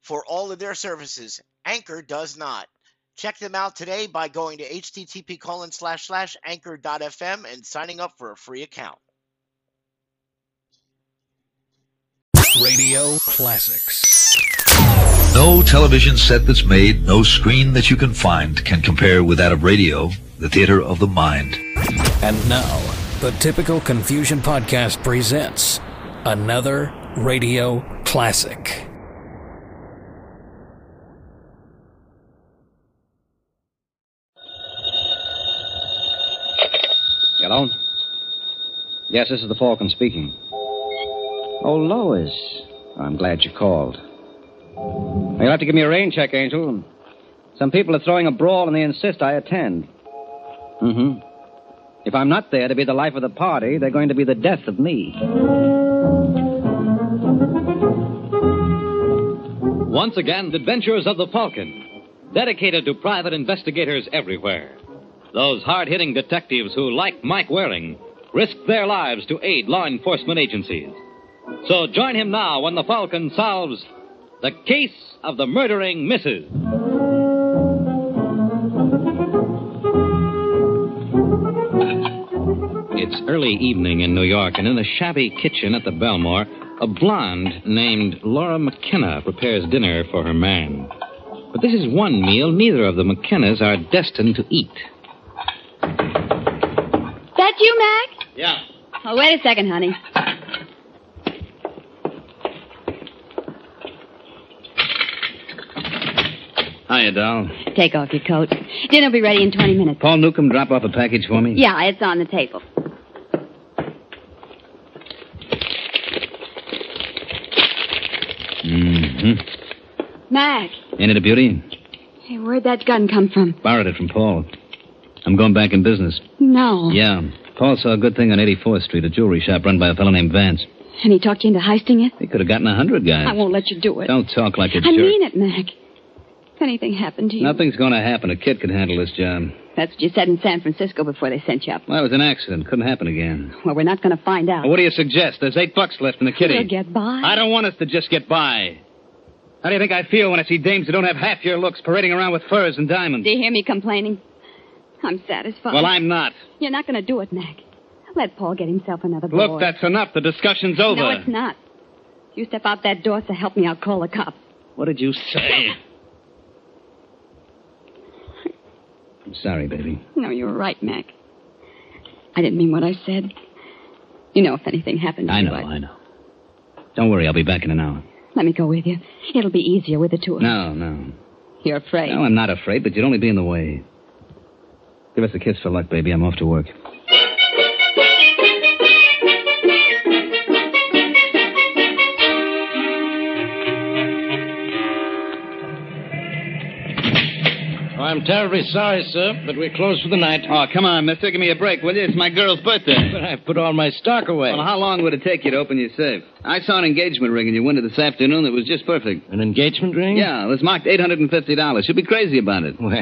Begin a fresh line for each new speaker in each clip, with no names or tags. for all of their services. Anchor does not. Check them out today by going to http colon slash slash anchor.fm and signing up for a free account.
Radio Classics.
No television set that's made, no screen that you can find can compare with that of radio, the theater of the mind.
And now, the Typical Confusion Podcast presents another radio classic.
Hello? Yes, this is the Falcon speaking. Oh, Lois. I'm glad you called. You'll have to give me a rain check, Angel. Some people are throwing a brawl and they insist I attend. Mm hmm. If I'm not there to be the life of the party, they're going to be the death of me.
Once again, the Adventures of the Falcon, dedicated to private investigators everywhere. Those hard hitting detectives who, like Mike Waring, risk their lives to aid law enforcement agencies. So join him now when the Falcon solves the case of the murdering Mrs. It's early evening in New York, and in the shabby kitchen at the Belmore, a blonde named Laura McKenna prepares dinner for her man. But this is one meal neither of the McKennas are destined to eat.
That you, Mac?
Yeah.
Oh, wait a second, honey.
Hiya, doll.
Take off your coat. Dinner'll be ready in 20 minutes.
Paul Newcomb drop off a package for me?
Yeah, it's on the table.
Mm-hmm.
Mac,
Ain't it a beauty?
hey, where'd that gun come from?
Borrowed it from Paul. I'm going back in business.
No.
Yeah. Paul saw a good thing on 84th Street, a jewelry shop run by a fellow named Vance.
And he talked you into heisting it?
He could have gotten a hundred guys.
I won't let you do it.
Don't talk like a
I
jerk.
mean it, Mac. If anything happened to you.
Nothing's going to happen. A kid could handle this job.
That's what you said in San Francisco before they sent you up.
Well, it was an accident. Couldn't happen again.
Well, we're not going to find out.
What do you suggest? There's eight bucks left in the kitty.
We'll get by.
I don't want us to just get by. How do you think I feel when I see dames who don't have half your looks parading around with furs and diamonds?
Do you hear me complaining? I'm satisfied.
Well, I'm not.
You're not going to do it, Mac. Let Paul get himself another
Look,
board.
that's enough. The discussion's over.
No, it's not. You step out that door to help me, I'll call the cops.
What did you say? I'm sorry, baby.
No, you were right, Mac. I didn't mean what I said. You know, if anything happened, to
I
you,
know, I know. Don't worry, I'll be back in an hour.
Let me go with you. It'll be easier with the two of us.
No, no.
You're afraid.
No, I'm not afraid, but you'd only be in the way. Give us a kiss for luck, baby. I'm off to work.
Oh, I'm terribly sorry, sir, but we're closed for the night.
Oh, come on, mister. Give me a break, will you? It's my girl's birthday.
But I've put all my stock away.
Well, how long would it take you to open your safe? I saw an engagement ring in your window this afternoon that was just perfect.
An engagement ring?
Yeah, it was marked $850. You'd be crazy about it.
Well,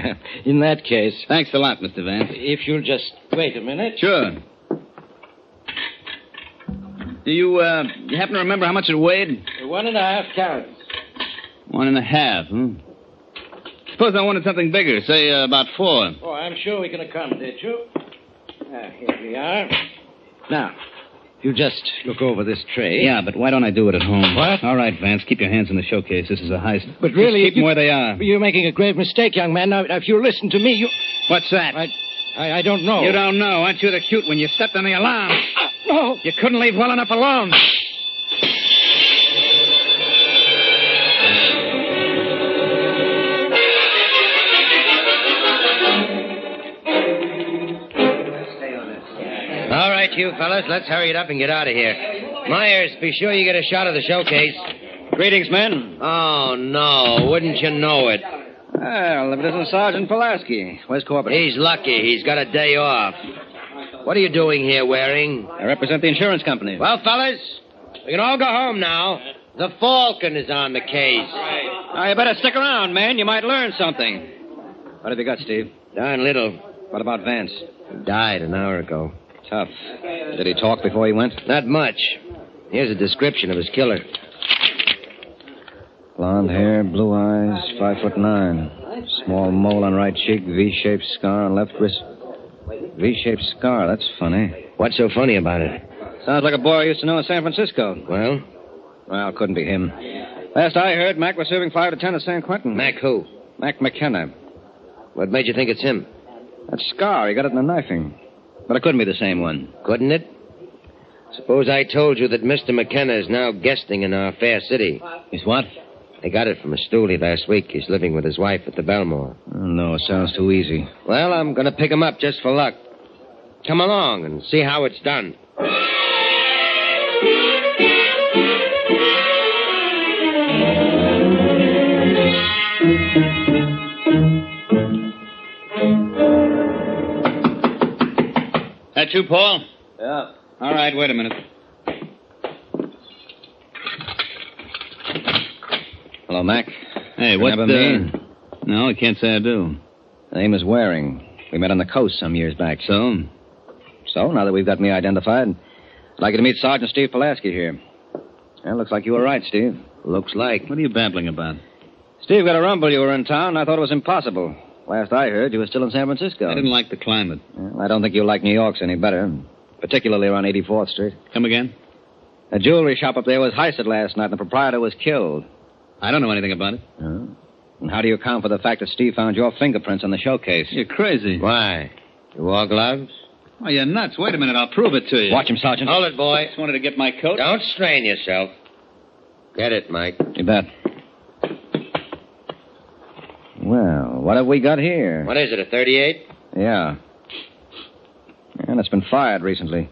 in that case,
Thanks a lot, Mr. Vance.
if you'll just wait a minute.
Sure. Do you, uh, you happen to remember how much it weighed?
One and a half carats.
One and a half, hmm? Suppose I wanted something bigger, say uh, about four.
Oh, I'm sure we can accommodate you. Ah, here we are. Now,
You just look over this tray.
Yeah, but why don't I do it at home?
What?
All right, Vance, keep your hands in the showcase. This is a heist.
But really, if
Just keep
you-
them where they are.
You're making a grave mistake, young man. Now, if you listen to me, you.
What's that?
I, I, I don't know.
You don't know. Aren't you the cute when you stepped on the alarm?
No.
You couldn't leave well enough alone.
All right, you fellas, let's hurry it up and get out of here. Myers, be sure you get a shot of the showcase.
Greetings, men.
Oh, no, wouldn't you know it?
Well, if it isn't Sergeant Pulaski. Where's Corbett?
He's lucky he's got a day off. What are you doing here, Waring?
I represent the insurance company.
Well, fellas, we can all go home now. The Falcon is on the case.
Now, you better stick around, man. You might learn something. What have you got, Steve?
Darn little.
What about Vance?
Died an hour ago.
Tough. Did he talk before he went?
Not much. Here's a description of his killer.
Blonde hair, blue eyes, five foot nine. Small mole on right cheek, V shaped scar on left wrist. V shaped scar, that's funny.
What's so funny about it?
Sounds like a boy I used to know in San Francisco.
Well,
Well, couldn't be him. Last I heard, Mac was serving five to ten at San Quentin.
Mac who?
Mac McKenna.
What made you think it's him?
That scar, he got it in the knifing. But it couldn't be the same one.
Couldn't it? Suppose I told you that Mr. McKenna is now guesting in our fair city.
He's what?
I got it from a stoolie last week. He's living with his wife at the Belmore.
No, it sounds too easy.
Well, I'm going to pick him up just for luck. Come along and see how it's done.
That you, Paul?
Yeah.
All right, wait a minute.
Hello, Mac.
Hey, what
Remember
the...
me?
No, I can't say I do.
Name is Waring. We met on the coast some years back.
So?
So, now that we've got me identified, I'd like you to meet Sergeant Steve Pulaski here. Well, looks like you were right, Steve.
Looks like.
What are you babbling about?
Steve got a rumble you were in town, and I thought it was impossible. Last I heard, you were still in San Francisco.
I didn't like the climate.
Well, I don't think you like New York's any better, particularly around 84th Street.
Come again?
A jewelry shop up there was heisted last night, and the proprietor was killed.
I don't know anything about it.
And how do you account for the fact that Steve found your fingerprints on the showcase?
You're crazy.
Why? You wore gloves?
Oh, you're nuts. Wait a minute. I'll prove it to you.
Watch him, Sergeant.
Hold it,
I
boy.
just wanted to get my coat.
Don't strain yourself. Get it, Mike.
You bet. Well, what have we got here?
What is it, a 38?
Yeah. And it's been fired recently.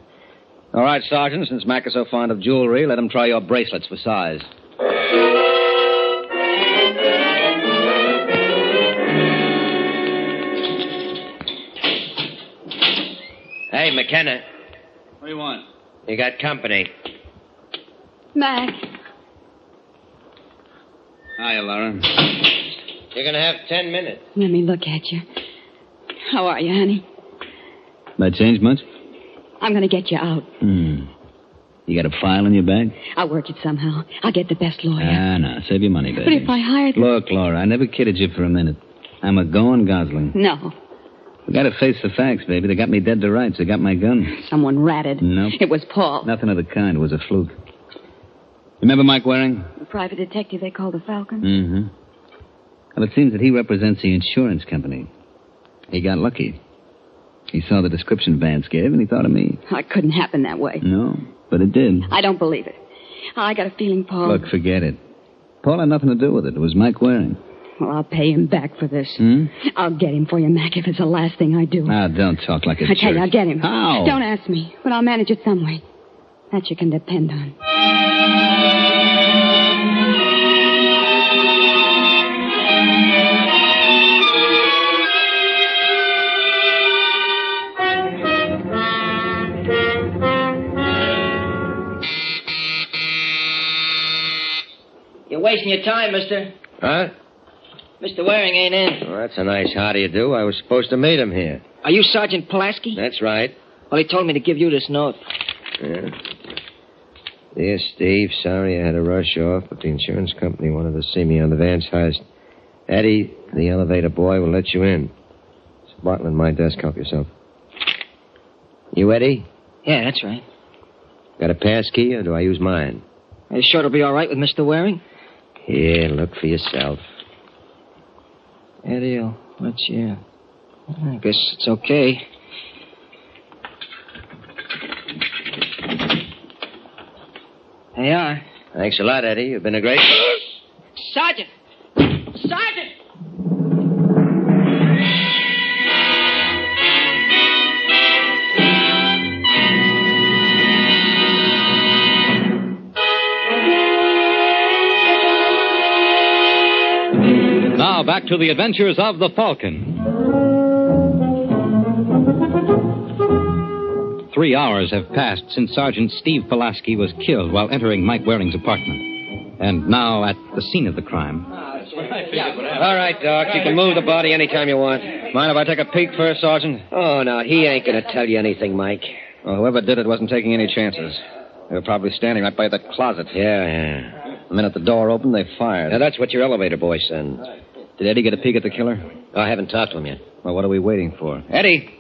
All right, Sergeant, since Mac is so fond of jewelry, let him try your bracelets for size.
Hey, McKenna,
What do you want?
you got company.
Mac,
Hiya, Laura.
You're going to have ten minutes.
let me look at you. How are you, honey?
That changed much?
I'm going to get you out.
You got a file in your bag?
I'll work it somehow. I'll get the best
Uh.
lawyer.
Ah, no. Save your money, baby.
but if I hired.
Look, Laura, I never kidded you for a minute. I'm a going Gosling.
No.
We gotta face the facts, baby. They got me dead to rights. They got my gun.
Someone ratted.
Nope.
It was Paul.
Nothing of the kind. It was a fluke. Remember Mike Waring?
The private detective they call the Falcon.
Mm-hmm. Well, it seems that he represents the insurance company. He got lucky. He saw the description Vance gave, and he thought of me.
Oh, it couldn't happen that way.
No, but it did.
I don't believe it. I got a feeling, Paul.
Look, forget it. Paul had nothing to do with it. It was Mike Waring.
Well, I'll pay him back for this.
Hmm?
I'll get him for you, Mac, if it's the last thing I do.
Now, Ah, don't talk like a
I tell you, I'll
jerk.
get him.
How?
Don't ask me, but I'll manage it some way. That you can depend on.
You're wasting your time, mister.
Huh?
Mr. Waring ain't in.
Well, that's a nice how do you do. I was supposed to meet him here.
Are you Sergeant Pulaski?
That's right.
Well, he told me to give you this note.
Yeah. Dear Steve, sorry I had to rush off, but the insurance company wanted to see me on the Vance heist. Eddie, the elevator boy, will let you in. It's a bottle in my desk. Help yourself. You, Eddie?
Yeah, that's right.
Got a pass key, or do I use mine?
Are you sure it'll be all right with Mr. Waring?
Here, look for yourself.
Eddie, let's hear. I guess it's okay. There you are.
Thanks a lot, Eddie. You've been a great.
Sergeant! Sergeant!
Now back to the adventures of the Falcon. Three hours have passed since Sergeant Steve Pulaski was killed while entering Mike Waring's apartment. And now at the scene of the crime.
All right, Doc. You can move the body anytime you want. Mind if I take a peek first, Sergeant? Oh, no. He ain't going to tell you anything, Mike.
Well, whoever did it wasn't taking any chances. They were probably standing right by that closet.
Yeah, yeah.
The minute the door opened, they fired.
Now, that's what your elevator boy sends.
Did Eddie get a peek at the killer?
I haven't talked to him yet.
Well, what are we waiting for? Eddie!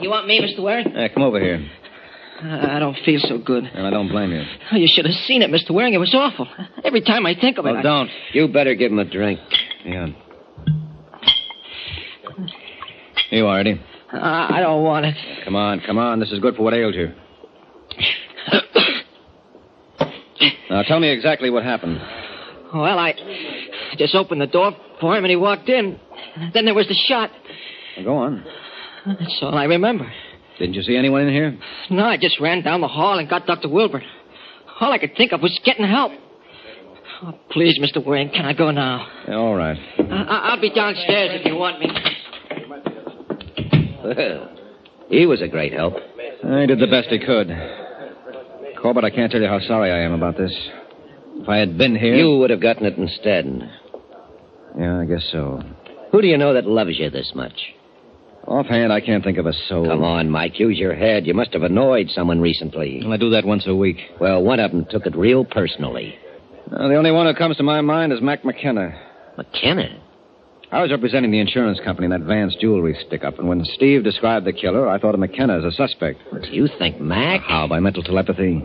You want me, Mr. Waring?
Hey, come over here.
I I don't feel so good.
And I don't blame you.
Oh, you should have seen it, Mr. Waring. It was awful. Every time I think of it,
Well,
I-
Oh, don't.
You better give him a drink.
Yeah. Here you are, Eddie.
I, I don't want it.
Come on, come on. This is good for what ails you. Now, tell me exactly what happened.
Well, I I just opened the door for him and he walked in. Then there was the shot.
Now, go on.
That's all I remember.
Didn't you see anyone in here?
No, I just ran down the hall and got Dr. Wilbur. All I could think of was getting help. Oh, please, Mr. Waring, can I go now?
Yeah, all right.
I- I- I'll be downstairs if you want me.
Well, he was a great help.
I did the best he could. Corbett, I can't tell you how sorry I am about this. If I had been here.
You would have gotten it instead.
Yeah, I guess so.
Who do you know that loves you this much?
Offhand, I can't think of a soul.
Come on, Mike. Use your head. You must have annoyed someone recently.
Well, I do that once a week.
Well, one of them took it real personally.
Uh, the only one who comes to my mind is Mac McKenna.
McKenna?
I was representing the insurance company in that Vance jewelry stick up, and when Steve described the killer, I thought of McKenna as a suspect.
Do you think Mac?
How? By mental telepathy?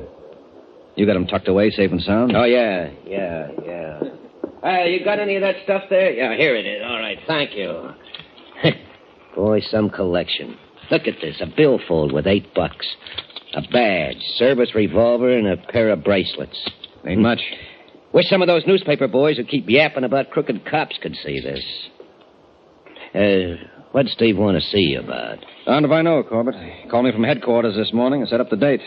You got him tucked away, safe and sound?
Oh, yeah, yeah, yeah. Hey, you got any of that stuff there? Yeah, here it is. All right, thank you. Boy, some collection. Look at this a billfold with eight bucks, a badge, service revolver, and a pair of bracelets.
Ain't much.
Wish some of those newspaper boys who keep yapping about crooked cops could see this. Uh, what'd Steve want to see you about?
Darned if I know, Corbett. He called me from headquarters this morning and set up the date.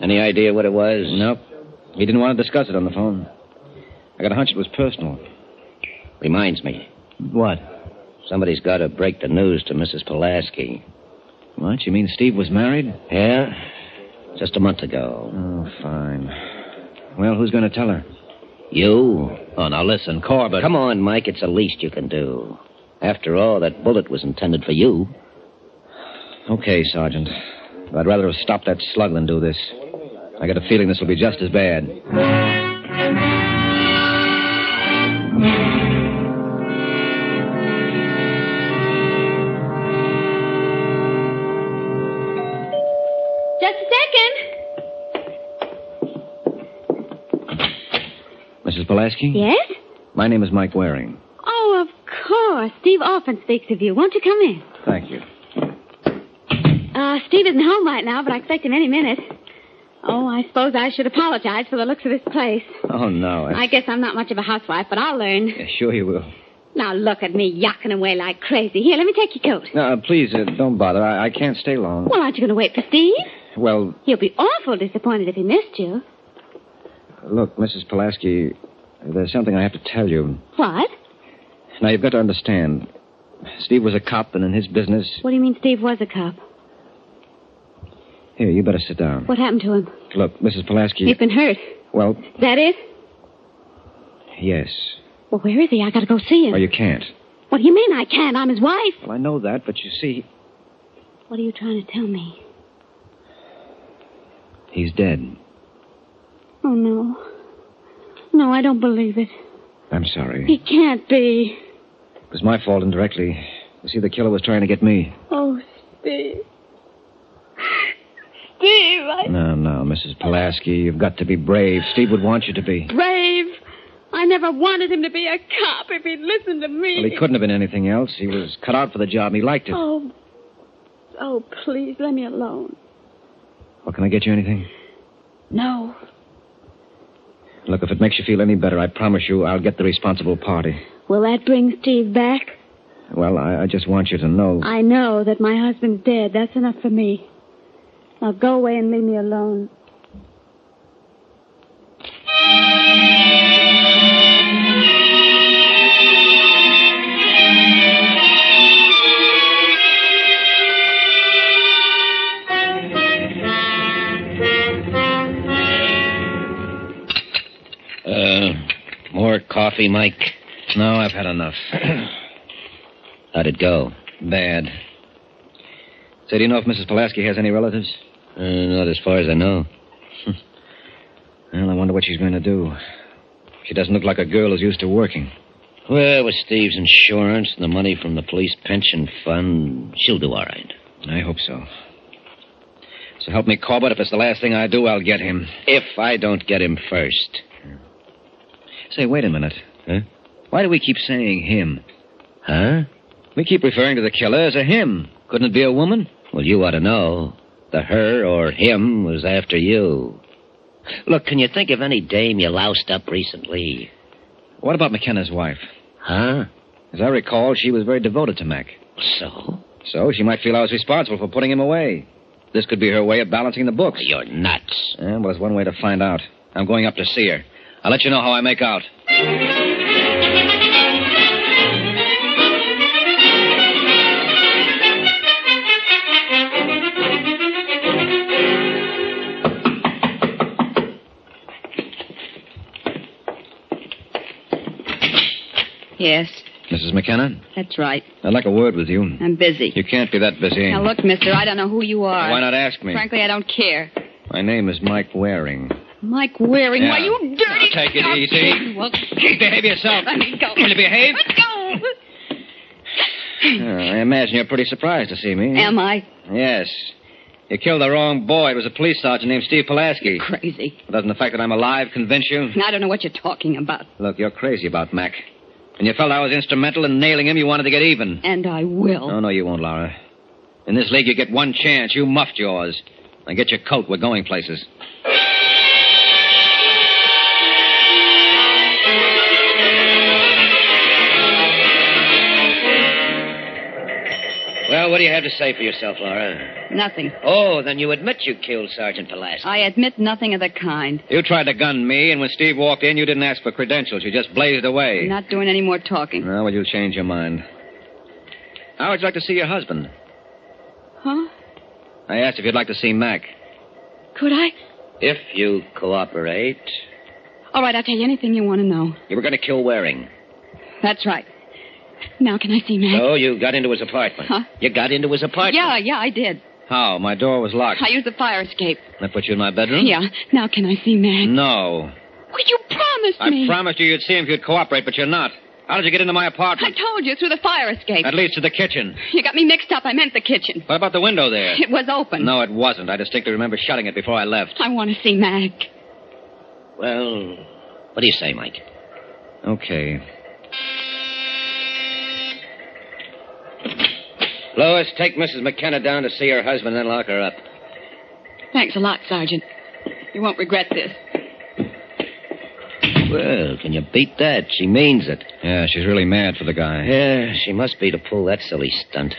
Any idea what it was?
Nope. He didn't want to discuss it on the phone. I got a hunch it was personal.
Reminds me.
What?
Somebody's got to break the news to Mrs. Pulaski.
What? You mean Steve was married?
Yeah? Just a month ago.
Oh, fine. Well, who's going to tell her?
You? Oh, now listen, Corbett. Come on, Mike. It's the least you can do. After all, that bullet was intended for you.
Okay, Sergeant. But I'd rather have stopped that slug than do this. I got a feeling this will be just as bad.
Just a second.
Mrs. Pulaski?
Yes?
My name is Mike Waring.
Oh, of course. Steve often speaks of you. Won't you come in?
Thank you.
Uh, Steve isn't home right now, but I expect him any minute. Oh, I suppose I should apologize for the looks of this place.
Oh, no. I...
I guess I'm not much of a housewife, but I'll learn.
Yeah, sure you will.
Now look at me yucking away like crazy. Here, let me take your coat.
No, uh, please, uh, don't bother. I-, I can't stay long.
Well, aren't you going to wait for Steve?
Well,
He'll be awful disappointed if he missed you.
look, Mrs. Pulaski, there's something I have to tell you.
What?
Now, you've got to understand. Steve was a cop, and in his business.
What do you mean Steve was a cop?
Here, you better sit down.
What happened to him?
Look, Mrs. Pulaski.
He's been hurt.
Well,
Is that it?
yes.
Well, where is he? I gotta go see him.
Well, you can't.
What do you mean I can't? I'm his wife.
Well, I know that, but you see,
What are you trying to tell me?
he's dead.
Oh, no. No, I don't believe it.
I'm sorry.
It can't be.
It was my fault indirectly. You see, the
Oh,
killer was trying to get me.
Oh, Steve. Steve, I
I.
No, no, Mrs. Pulaski, you've got to be brave. Steve would want you to be.
Brave. I never wanted him to be a cop if he'd listened to me.
Well, he couldn't have been anything else. He was cut out for the job. He liked it.
Oh. Oh, please, let me alone.
Well, can I get you anything?
No.
Look, if it makes you feel any better, I promise you I'll get the responsible party.
Will that bring Steve back?
Well, I, I just want you to know.
I know that my husband's dead. That's enough for me. Now go away and leave me alone.
Uh, more coffee, Mike? No, I've had enough. How'd it go? Bad. Say, do you know if Mrs. Pulaski has any relatives? Uh, not as far as I know. well, I wonder what she's going to do. She doesn't look like a girl who's used to working.
Well, with Steve's insurance and the money from the police pension fund, she'll do all right.
I hope so. So help me, Corbett. If it's the last thing I do, I'll get him. If I don't get him first. Say, wait a minute. Huh? Why do we keep saying him? Huh? We keep referring to the killer as a him. Couldn't it be a woman?
Well, you ought to know. The her or him was after you. Look, can you think of any dame you loused up recently?
What about McKenna's wife?
Huh?
As I recall, she was very devoted to Mac.
So?
So she might feel I was responsible for putting him away. This could be her way of balancing the books.
You're nuts.
Yeah, well, there's one way to find out. I'm going up to see her. I'll let you know how I make out.
Yes,
Mrs. McKenna,
that's right.
I'd like a word with you.
I'm busy.
You can't be that busy.
Now, look, uh, mister, I don't know who you are.
Why not ask me?
Frankly, I don't care.
My name is Mike Waring.
Mike Waring,
Yeah.
why, you dirty...
Now, take it easy.
Well,
Behave yourself.
Let me go.
Will you behave?
Let go.
Yeah, Uh, I imagine you're pretty surprised to see me.
Hmm. Am I
Yes. You killed the wrong boy. It was a police sergeant named Steve Pulaski.
crazy?
Doesn't the fact that I'm alive convince you?
I don't know what you're talking about.
Look, you're crazy about Mac. And you felt I was instrumental in nailing him. You wanted to get even.
And I will.
No, no, you won't, Laura. In this league, you get one chance. You muffed yours. Now get your coat. We're going places.
Well, what do you have to say for yourself, Laura?
Nothing.
Oh, then you admit you killed Sergeant Pulaski.
I admit nothing of the kind.
You tried to gun me, and when Steve walked in, you didn't ask for credentials. You just blazed away.
I'm not doing any more talking.
Now, well, you'll change your mind. How would you like to see your husband?
Huh?
I asked if you'd like to see Mac.
Could I?
If you cooperate,
All right, I'll tell you anything you want to know.
you were going to kill Waring.
That's right. Now, can I see Mac?
Oh,
So you got into his apartment.
Huh?
You got into his apartment.
yeah, yeah, I did.
How? My door was locked.
I used the fire escape.
That put you in my bedroom?
Yeah. Now, can I see Mac?
No.
Well, you promised
Hmm? I
me.
promised you you'd see him if you'd cooperate, but you're not. How did you get into my
I
apartment?
told you through the fire escape.
That leads to the kitchen.
You got me mixed up. I meant the kitchen.
What about the window there?
It was open.
No, it wasn't. I distinctly remember shutting it before I left.
I want to see Mac.
Well, what do you say, Mike?
Okay.
Lois, take Mrs. McKenna down to see her husband, then lock her up.
Thanks a lot, Sergeant. You won't regret this.
Well, can you beat that? She means it.
Yeah, she's really mad for the guy.
Yeah, she must be to pull that silly stunt.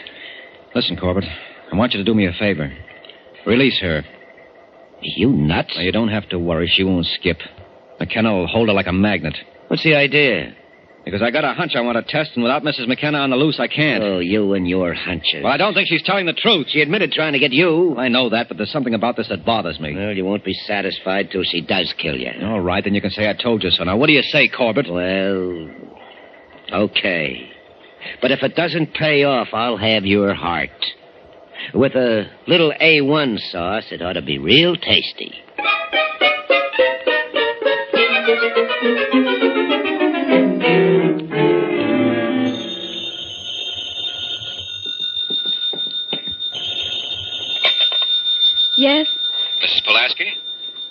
Listen, Corbett, I want you to do me a favor. Release her.
You nuts?
Now, you don't have to worry. She won't skip. McKenna will hold her like a magnet.
What's the idea?
Because I got a hunch I want to test, and without Mrs. McKenna on the loose, I can't.
Oh, you and your hunches.
Well, I don't think she's telling the truth.
She admitted trying to get you.
I know that, but there's something about this that bothers me.
Well, you won't be satisfied till she does kill you.
All right, then you can say I told you so. Now, what do you say, Corbett?
Well, okay. But if it doesn't pay off, I'll have your heart. With a little A1 sauce, it ought to be real tasty.
Yes?
Mrs. Pulaski,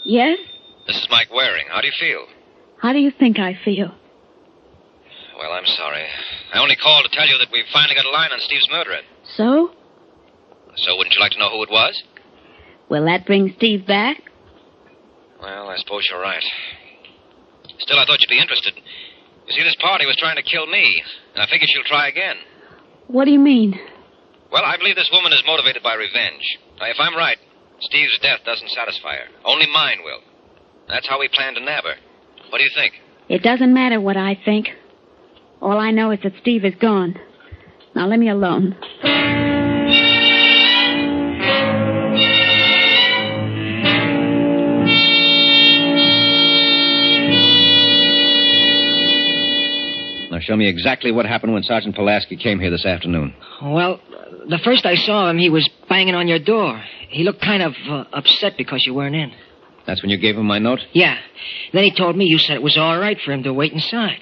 Yes?
this is Mike Waring. How do you feel?
How do you think I feel?
Well, I'm sorry. I only called to tell you that we've finally got a line on Steve's murderer.
So?
So wouldn't you like to know who it was?
Will that bring Steve back?
Well, I suppose you're right. Still, I thought you'd be interested. You see, this party was trying to kill me, and I figure she'll try again.
What do you mean?
Well, I believe this woman is motivated by revenge. Now, if I'm right, Steve's death doesn't satisfy her. Only mine will. That's how we plan to nab her. What do you think?
It doesn't matter what I think. All I know is that Steve is gone. Now let me alone.
Now show me exactly what happened when Sergeant Pulaski came here this afternoon.
Well, the first I saw him, he was banging on your door. He looked kind of uh, upset because you weren't in.
That's when you gave him my note?
Yeah. Then he told me you said it was all right for him to wait inside.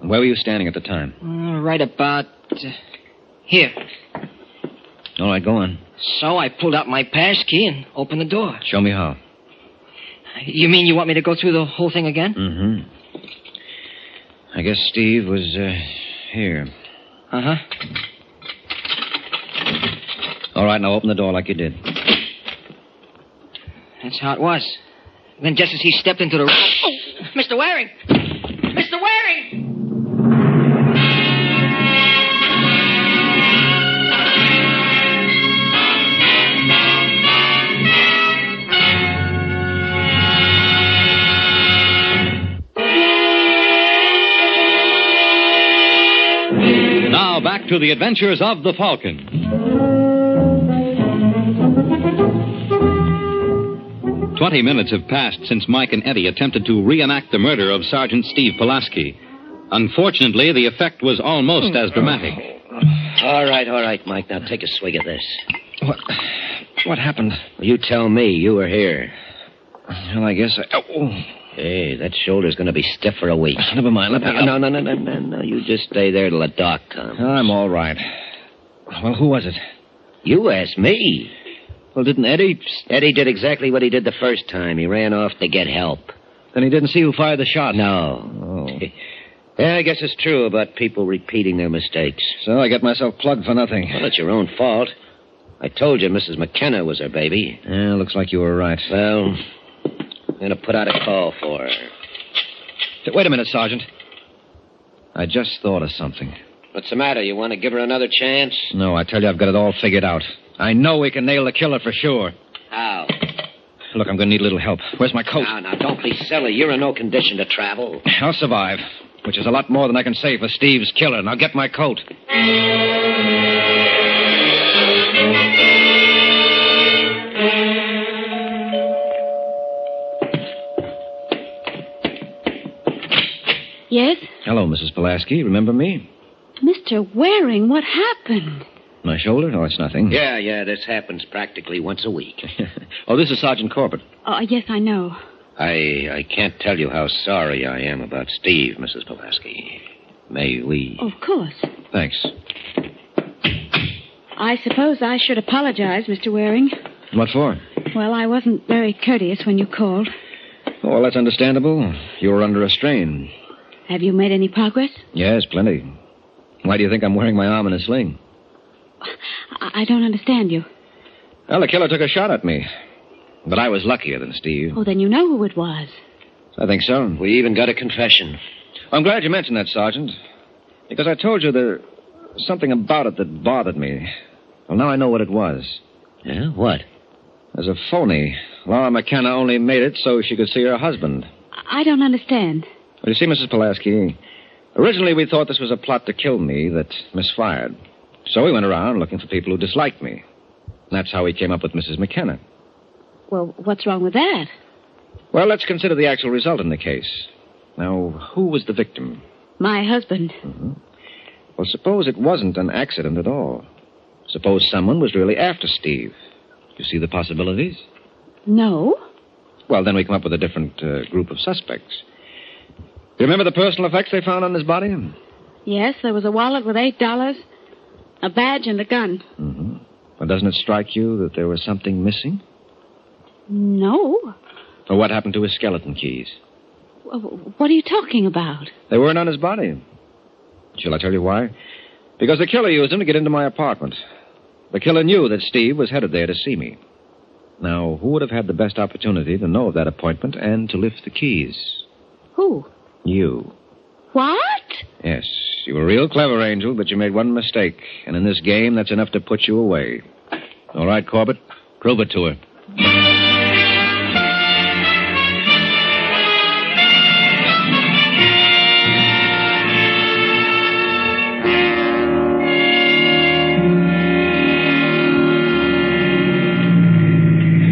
Where were you standing at the time?
Uh, right about uh, here.
All right, go on.
So I pulled out my pass key and opened the door.
Show me how.
You mean you want me to go through the whole thing again?
Mm-hmm. I guess Steve was uh, here.
Uh huh.
All right, now open the door like you did.
That's how it was. Then just as he stepped into the room. Mr. Waring! Mr. Waring!
Now back to the adventures of the Falcon. Twenty minutes have passed since Mike and Eddie attempted to reenact the murder of Sergeant Steve Pulaski. Unfortunately, the effect was almost as dramatic.
All right, all right, Mike. Now take a swig of this.
What? What happened?
You tell me. You were here.
Well, I guess I. Oh. Ah,
Hey, that shoulder's going to be stiff for a week.
Never mind. Let me.
No, no, no, no, no, no, no. You just stay there till the doc comes.
I'm all right. Well, who was it?
You asked me.
Well, didn't Eddie?
Eddie did exactly what he did the first time. He ran off to get help.
Then he didn't see who fired the shot. Oh.
No. yeah, I guess it's true about people repeating their mistakes.
So I get myself plugged for nothing.
Well, it's your own fault. I told you Mrs. McKenna was her baby.
Yeah, looks like you were right.
Well, I'm going to put out a call for her.
Wait a minute, Sergeant. I just thought of something.
What's the matter? You want to give her another chance?
No, I tell you, I've got it all figured out. I know we can nail the killer for sure.
How?
Look, I'm going to need a little help. Where's my coat?
Now, now, don't be silly. You're in no condition to travel.
I'll survive, which is a lot more than I can say for Steve's killer. Now get my coat.
Yes?
Hello, Mrs. Pulaski. Remember me?
Mr. Waring, what happened?
My shoulder? Oh, it's nothing.
Yeah, yeah, this happens practically once a week.
Oh, this is Sergeant Corbett.
Oh, yes, I know.
I I can't tell you how sorry I am about Steve, Mrs. Pulaski. May we?
Of course.
Oh, Thanks.
I suppose I should apologize, Mr. Waring.
What for?
Well, I wasn't very courteous when you called.
Oh, well, that's understandable. You were under a strain.
Have you made any progress?
Yes, plenty. Why do you think I'm wearing my arm in a sling?
I, I don't understand you.
Well, the killer took a shot at me. But I was luckier than Steve.
Oh, then you know who it was.
I think so.
We even got a confession.
I'm glad you mentioned that, Sergeant. Because I told you there was something about it that bothered me. Well, now I know what it was.
Yeah? What?
As a phony, Laura McKenna only made it so she could see her husband.
I I don't understand.
Well, you see, Mrs. Pulaski, originally we thought this was a plot to kill me that misfired. So we went around looking for people who disliked me. That's how we came up with Mrs. McKenna.
Well, what's wrong with that?
Well, let's consider the actual result in the case. Now, who was the victim?
My husband.
Well, suppose it wasn't an accident at all. Suppose someone was really after Steve. You see the possibilities?
No?
Well, then we come up with a different uh, group of suspects. You remember the personal effects they found on his body?
Yes, there was a wallet with eight dollars, a badge, and a gun.
Well, doesn't it strike you that there was something missing?
No.
Or what happened to his skeleton keys?
Wh- What are you talking about?
They weren't on his body. Shall I tell you why? Because the killer used them to get into my apartment. The killer knew that Steve was headed there to see me. Now, who would have had the best opportunity to know of that appointment and to lift the keys?
Who?
You.
What?
Yes, you were real clever, Angel, but you made one mistake, and in this game, that's enough to put you away. All right, Corbett, prove it to her.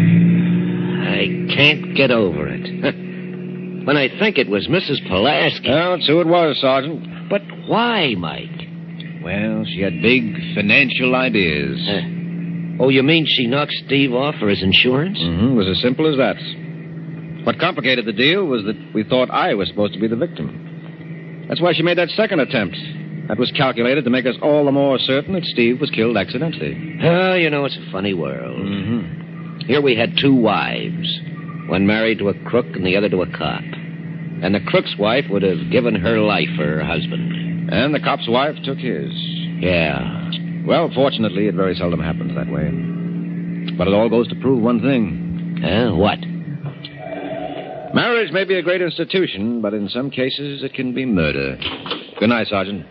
I can't get over it. when I think it was Mrs. Pulaski. Well, it's who it was, Sergeant. But why, Mike? Well, she had big financial ideas. oh, you mean she knocked Steve off for his insurance? hmm It was as simple as that. What complicated the deal was that we thought I was supposed to be the victim. That's why she made that second attempt. That was calculated to make us all the more certain that Steve was killed accidentally. Mm-hmm.
Oh, you know, it's a funny world. Here we had two wives, one married to a crook and the other to a cop. And the crook's wife would have given her life for her husband.
And the cop's wife took his. Yeah. Well, fortunately, it very seldom happens that way. But it all goes to prove one thing. Uh, what? Marriage may be a great institution, but in some cases it can be murder. Good night, Sergeant.